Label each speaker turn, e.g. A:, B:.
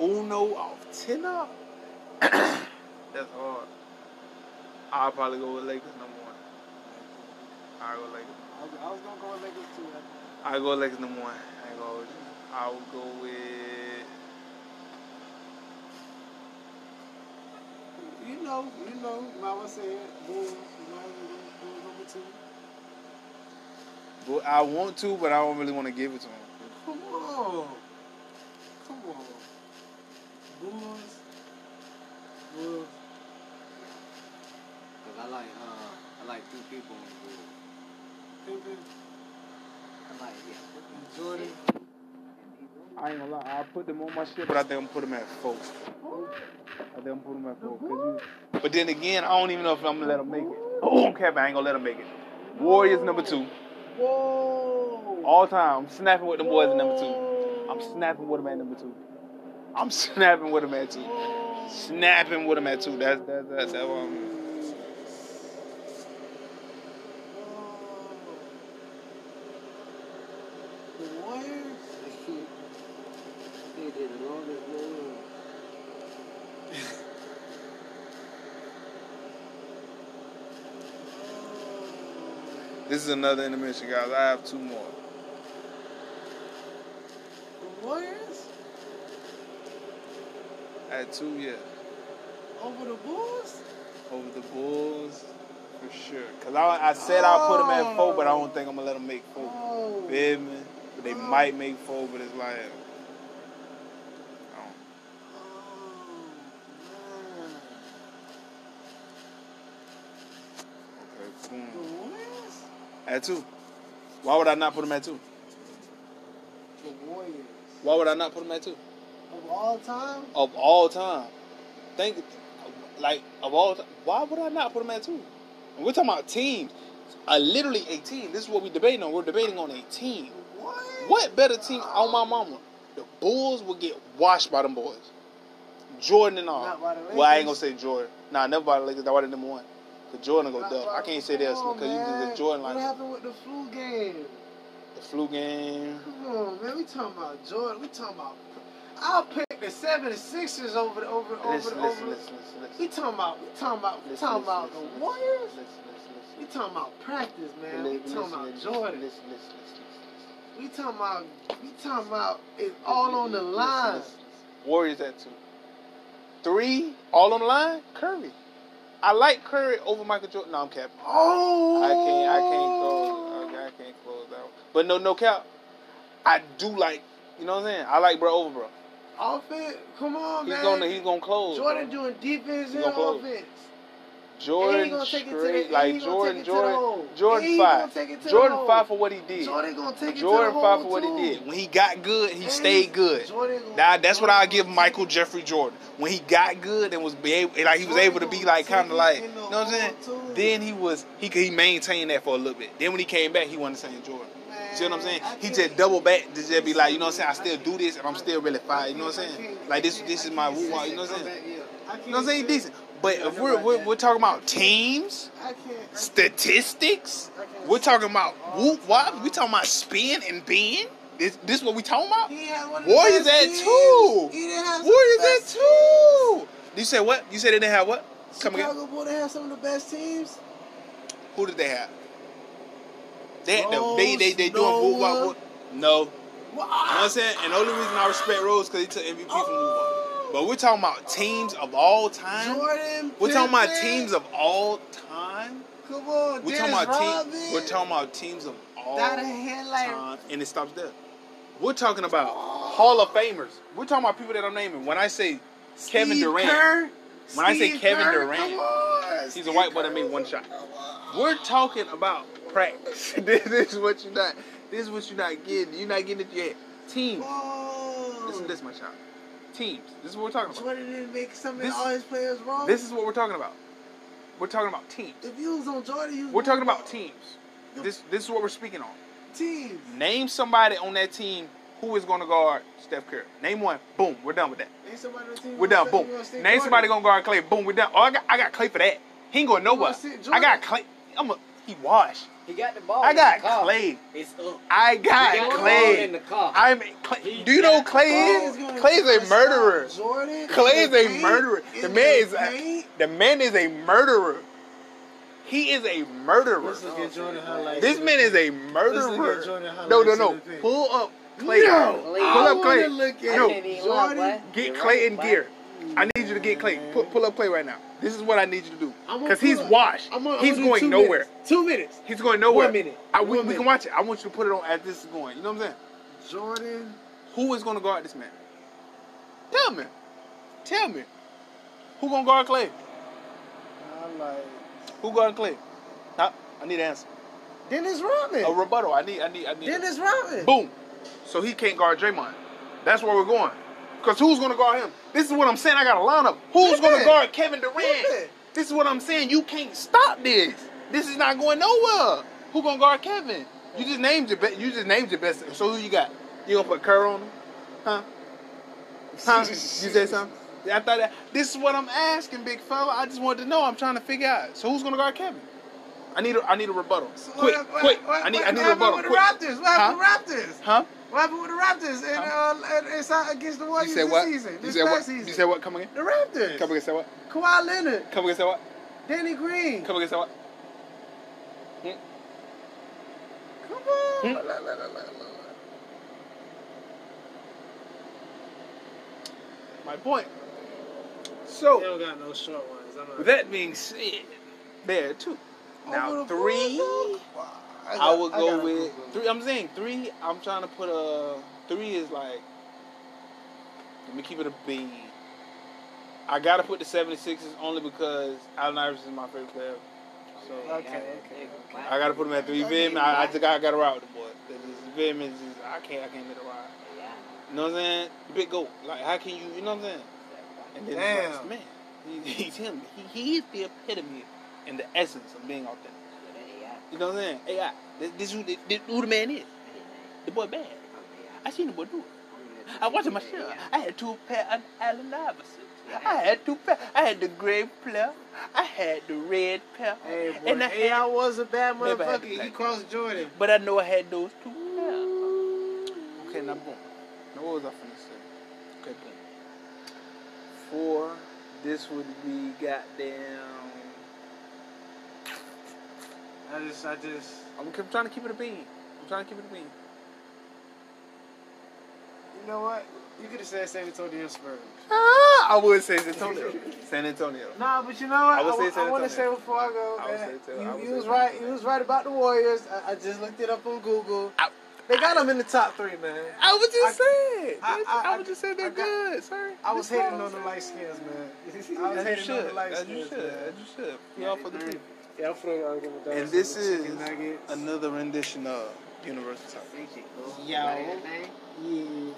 A: uno off ten up. That's hard. I'll probably go with Lakers number one. I'll go Lakers.
B: I was, I was gonna go with Lakers too. I-
A: I'll go Lakers number one. I ain't gonna hold you. I'll go with
B: You know, you know, might well say it. Bulls, you might as well go Bulls number two.
A: but I want to, but I don't really want to give it to him.
B: Come on, come on. Bulls, Bulls.
C: Cause I like uh, I like two people on the board.
B: Pippen,
C: I like yeah.
B: and Jordan.
A: I ain't gonna lie, I'll put them on my shit, but I think I'm gonna put them at four. I think I'm gonna put them at four. 'cause you- but then again, I don't even know if I'm gonna let them make it. Oh, I don't care if I ain't gonna let them make it. Warriors number two.
B: Whoa.
A: All time, I'm snapping with them boys at number two. I'm snapping with them at number two. I'm snapping with them at two. Snapping with them at two. That's that's that's, that's what I'm.
B: The Warriors.
C: They did the longest board.
A: This is another intermission, guys. I have two more.
B: The Warriors
A: I had two, yeah.
B: over the Bulls.
A: Over the Bulls, for sure. Cause I, I said I'll put them at four, but I don't think I'm gonna let them make four.
B: Oh.
A: Feel me? But they might make four, but it's like. I
B: Oh, man.
A: don't- okay,
B: Oh, The
A: boom.
B: Warriors.
A: At two. Why would I not put them at two?
B: The Warriors.
A: Why would I not put them at two?
B: Of all time.
A: Of all time. Think, like, of all time. Why would I not put them at two? And we're talking about teams. Uh, literally a team. This is what we're debating on. We're debating on a team.
B: What?
A: What better team on my mama? The Bulls would get washed by them boys. Jordan and all.
B: Not by the Lakers.
A: Well, I ain't gonna say Jordan. Nah, never by the Lakers. That why they number one. Cause Jordan go
B: Not
A: dub.
B: by
A: I
B: the-
A: can't say this
B: Come on,
A: because you
B: man.
A: did the Jordan
B: What
A: line.
B: happened with the flu game?
A: The flu game.
B: Come on, man. We talking about Jordan. We talking about. I'll pick the 76ers over the over over
A: Listen,
B: over.
A: listen, listen, listen,
B: We
A: listen.
B: talking about we talking about we
A: Listen,
B: talking
A: listen,
B: about
A: listen,
B: the
A: listen,
B: Warriors.
A: Listen, listen,
B: We
A: listen.
B: talking about practice, man. We
A: Listen,
B: talking about
A: listen,
B: Jordan.
A: Listen, listen, listen, listen.
B: We talking about we talking about it's all on the line.
A: Listen, listen. Warriors at two. Three, all on the line, Curry. I like Curry over Michael Jordan. No, I'm capping.
B: Oh,
A: I can't. I can't close. Okay, I can't close that. One. But no, no cap. I do like. You know what I'm saying? I like bro over bro.
B: Oh! Offense, come on,
A: He's
B: man.
A: gonna he's gonna close.
B: Jordan doing defense
A: He
B: and
A: gonna close.
B: offense. And he
A: Jordan
B: gonna take it to the-
A: straight
B: and
A: like
B: he gonna
A: Jordan
B: take it to the
A: Jordan
B: hole. And
A: Jordan
B: he gonna
A: five
B: take it to the
A: Jordan
B: hole.
A: five for what he did.
B: Jordan gonna take it to
A: Jordan
B: the
A: five
B: hole
A: for what
B: too.
A: he did. When he got good, he
B: And
A: stayed good.
B: Jordan gonna-
A: Now that's what I
B: Jordan
A: give
B: gonna
A: Michael
B: take-
A: Jeffrey Jordan. When he got good and was be able, like he was
B: Jordan
A: able to be
B: gonna
A: like
B: take
A: kind of
B: it
A: like,
B: in
A: you
B: the
A: know what I'm saying?
B: hole, too.
A: Then he was he could- he maintained that for a little bit. Then when he came back, he wasn't the same Jordan. You see what I'm saying?
B: Man, I
A: He
B: can't-
A: just double back to just be like, you know what I'm saying? I still
B: I
A: do this and I'm
B: can't-
A: still really fire. You know what I'm
B: I
A: saying?
B: can't-
A: Like this
B: I
A: this is
B: can't-
A: my
B: I can't
A: woo
B: say
A: you know what I'm saying?
B: I can't
A: You know what I'm saying? He
B: say-
A: decent. But
B: Yeah, I
A: if
B: know
A: we're
B: about
A: we're,
B: that.
A: we're talking about teams,
B: I can't. I can't-
A: statistics, we're talking about whoop wop, we talking about spin and being. This this what we talking about?
B: He had one of the
A: Warriors
B: best
A: at
B: teams.
A: two.
B: He didn't have some
A: Warriors
B: best
A: at two. You said what? You said they didn't have what? Come again.
B: Chicago Bulls have some of the best teams.
A: Who did they have? They had
B: Rose,
A: the, they they they doing
B: Noah.
A: Wu Wop. No, you know what
B: What?
A: I'm saying. And the only reason I respect Rose because he took MVP from Wu Wop. But we're talking about teams of all time.
B: Oh. Jordan.
A: We're talking about
B: Pippen.
A: teams of all time.
B: Come on,
A: We're
B: Dennis
A: talking about
B: Rodman.
A: teams. We're talking about teams of all
B: Got a hand like-
A: time, and it stops there. We're talking about Hall of Famers. We're talking about people that I'm naming. When I say Kevin
B: Steve
A: Durant,
B: Kerr.
A: When I say
B: Steve
A: Kevin
B: Kerr,
A: Durant,
B: come on,
A: he's a
B: Steve
A: white boy that
B: Kerr.
A: made one shot.
B: Come on.
A: We're talking about practice. this is what you're not. This is what you're not getting. You're not getting it yet. Teams.
B: Whoa.
A: Listen, to this my child. Teams. This is what we're talking about.
B: Jordan didn't make some of
A: This-
B: all his players wrong.
A: This is what we're talking about. We're talking about teams.
B: if you was on Jordan, you was
A: We're
B: on
A: talking about
B: Jordan.
A: teams. This this is what we're speaking on.
B: teams.
A: Name somebody on that team who is going to guard Steph Curry. Name one. Boom. We're done with that.
B: Ain't somebody on the team
A: We're done.
B: gonna say-
A: Boom.
B: gonna say
A: Name somebody
B: Jordan.
A: gonna guard Clay. Boom. We're done. Oh, I got, I got Clay for that. He ain't going nowhere.
B: You gonna sit
A: I
B: Jordan?
A: got Clay. I'm a, He washed.
C: He got the ball.
A: I
C: in the
A: got
C: car.
A: Clay.
C: It's up.
A: I
C: he
A: got
C: got the ball in
A: Clay.
C: the car.
A: I'm Clay.
C: He
A: Do you know who
C: got
A: Clay
B: Clay's
A: is?
B: gonna
A: Clay's a
B: press
A: murderer.
B: out Jordan.
A: Clay is
B: In
A: a
B: paint,
A: murderer. The
B: in
A: man is a,
B: paint.
A: the man is a murderer. He is a murderer.
B: Let's look at Jordan highlights.
A: This man is a
B: Let's
A: murderer.
B: look at Jordan
A: No, no,
B: highlights
A: no.
B: in the paint.
A: Pull up Clay.
B: No,
A: Pull
C: I
A: up Clay.
B: wanna look at
A: no,
C: I can't even look, boy.
A: get
C: You're
A: Clay
C: right,
A: in
C: boy.
A: gear. I need you to get Clay. Pull, pull up Clay right now. This is what I need you to do.
B: I'm gonna
A: Because he's
B: pull up.
A: washed.
B: I'm gonna- I'm
A: He's
B: gonna do
A: going
B: two
A: nowhere.
B: minutes. Two minutes.
A: He's going nowhere.
B: One minute.
A: I, we,
B: One
A: we can
B: minute.
A: watch it. I want you to put it on as this is going. You know what I'm saying?
B: Jordan.
A: Who is going to guard this man? Tell me. Tell me. Who going to guard Clay?
B: Highlights.
A: Who guarding Clay? Huh? I need an answer.
B: Dennis Rodman.
A: A rebuttal. I need. I need. I need.
B: Dennis Rodman.
A: Boom. So he can't guard Draymond. That's where we're going. Cause who's gonna guard him? This is what I'm saying. I got a lineup. Who's
B: Yeah.
A: gonna guard Kevin Durant?
B: Yeah.
A: This is what I'm saying. You can't stop this. This is not going nowhere. Who gonna guard Kevin? You just named your best. You just named your best. So who you got? You gonna put Kerr on him? Huh? Huh? you said something. Yeah, I thought that. This is what I'm asking, big fella. I just wanted to know. I'm trying to figure out. So who's gonna guard Kevin? I need. A, I need a rebuttal.
B: So
A: quick,
B: what- what-
A: quick.
B: what-
A: I need.
B: what
A: I need a
B: happened
A: rebuttal.
B: with the
A: quick.
B: Raptors? What happened with the Raptors?
A: Huh?
B: What happened with the Raptors? And, uh, and it's out against the Warriors
A: You said
B: this
A: what?
B: season.
A: you
B: This
A: said
B: past
A: what?
B: season.
A: You said what? Come again.
B: the Raptors.
A: Come again. Say what?
B: Kawhi Leonard,
A: Come again. Say what?
B: Danny Green.
A: Come again. Say what?
B: Come on.
A: Hmm?
B: La, la, la, la, la.
A: My point. So
B: don't got no short ones. I'm
A: with that being said, there too. Now three. I would go with three. I'm saying three. I'm trying to put a three is like. Let me keep it a B. I gotta put the 76ers only because Allen Iverson is my favorite player. So
B: Okay, okay.
A: I gotta put him at three. You feel me? I, I just gotta, gotta ride with the boy. 'Cause it's- you feel me? It's just- I can't. I can't let it ride. You know what I'm saying? The big goat. Like, how can you? You know what I'm saying? And then
B: Damn.
A: Damn. man, he, he's him. He, he is the epitome and the essence of being authentic. You know what I'm saying? AI. This, this, who, this, this who the man is. The boy bad. I seen the boy do it. I watched him myself. I had two pair of Allen Iverson. I had two pair. I had the gray pair. I had the red pair.
B: Hey, boy.
A: and I
B: hey,
A: had,
B: I was a bad
A: Never had
B: motherfucker.
A: to play.
B: He crossed Jordan.
A: but I know I had those two pairs. Okay, now boom. Now what was I finna say? Okay, boom. Four. This would be goddamn.
B: I just, I just.
A: I'm, I'm trying to keep it a bean. I'm trying to keep it a bean.
B: You know what? You could have said San Antonio Spurs.
A: Ah, I would say San Antonio. San Antonio.
B: Nah, but you know what?
A: I
B: I,
A: would say San
B: want to say
A: Antonio.
B: before I go,
A: I would
B: man,
A: say too. I would
B: you, you
A: say
B: was
A: San
B: right.
A: Antonio.
B: You was right about the Warriors. I, I just looked it up on Google.
A: I-
B: they got them in the top three, man.
A: I was just
B: I-
A: saying.
B: I- I-
A: I, was just saying they're
B: I got-
A: good, sir.
B: I was
A: That's all
B: hating
A: I'm
B: on the
A: saying.
B: light skins, man. I was
A: As you
B: hating on the
A: should.
B: light
A: As you
B: skins.
A: should. As you should. We all for the people.
B: Yeah, I'm for the argument.
A: And this is
B: nuggets.
A: Another rendition of Universal Topic.
B: Yo. Yeah.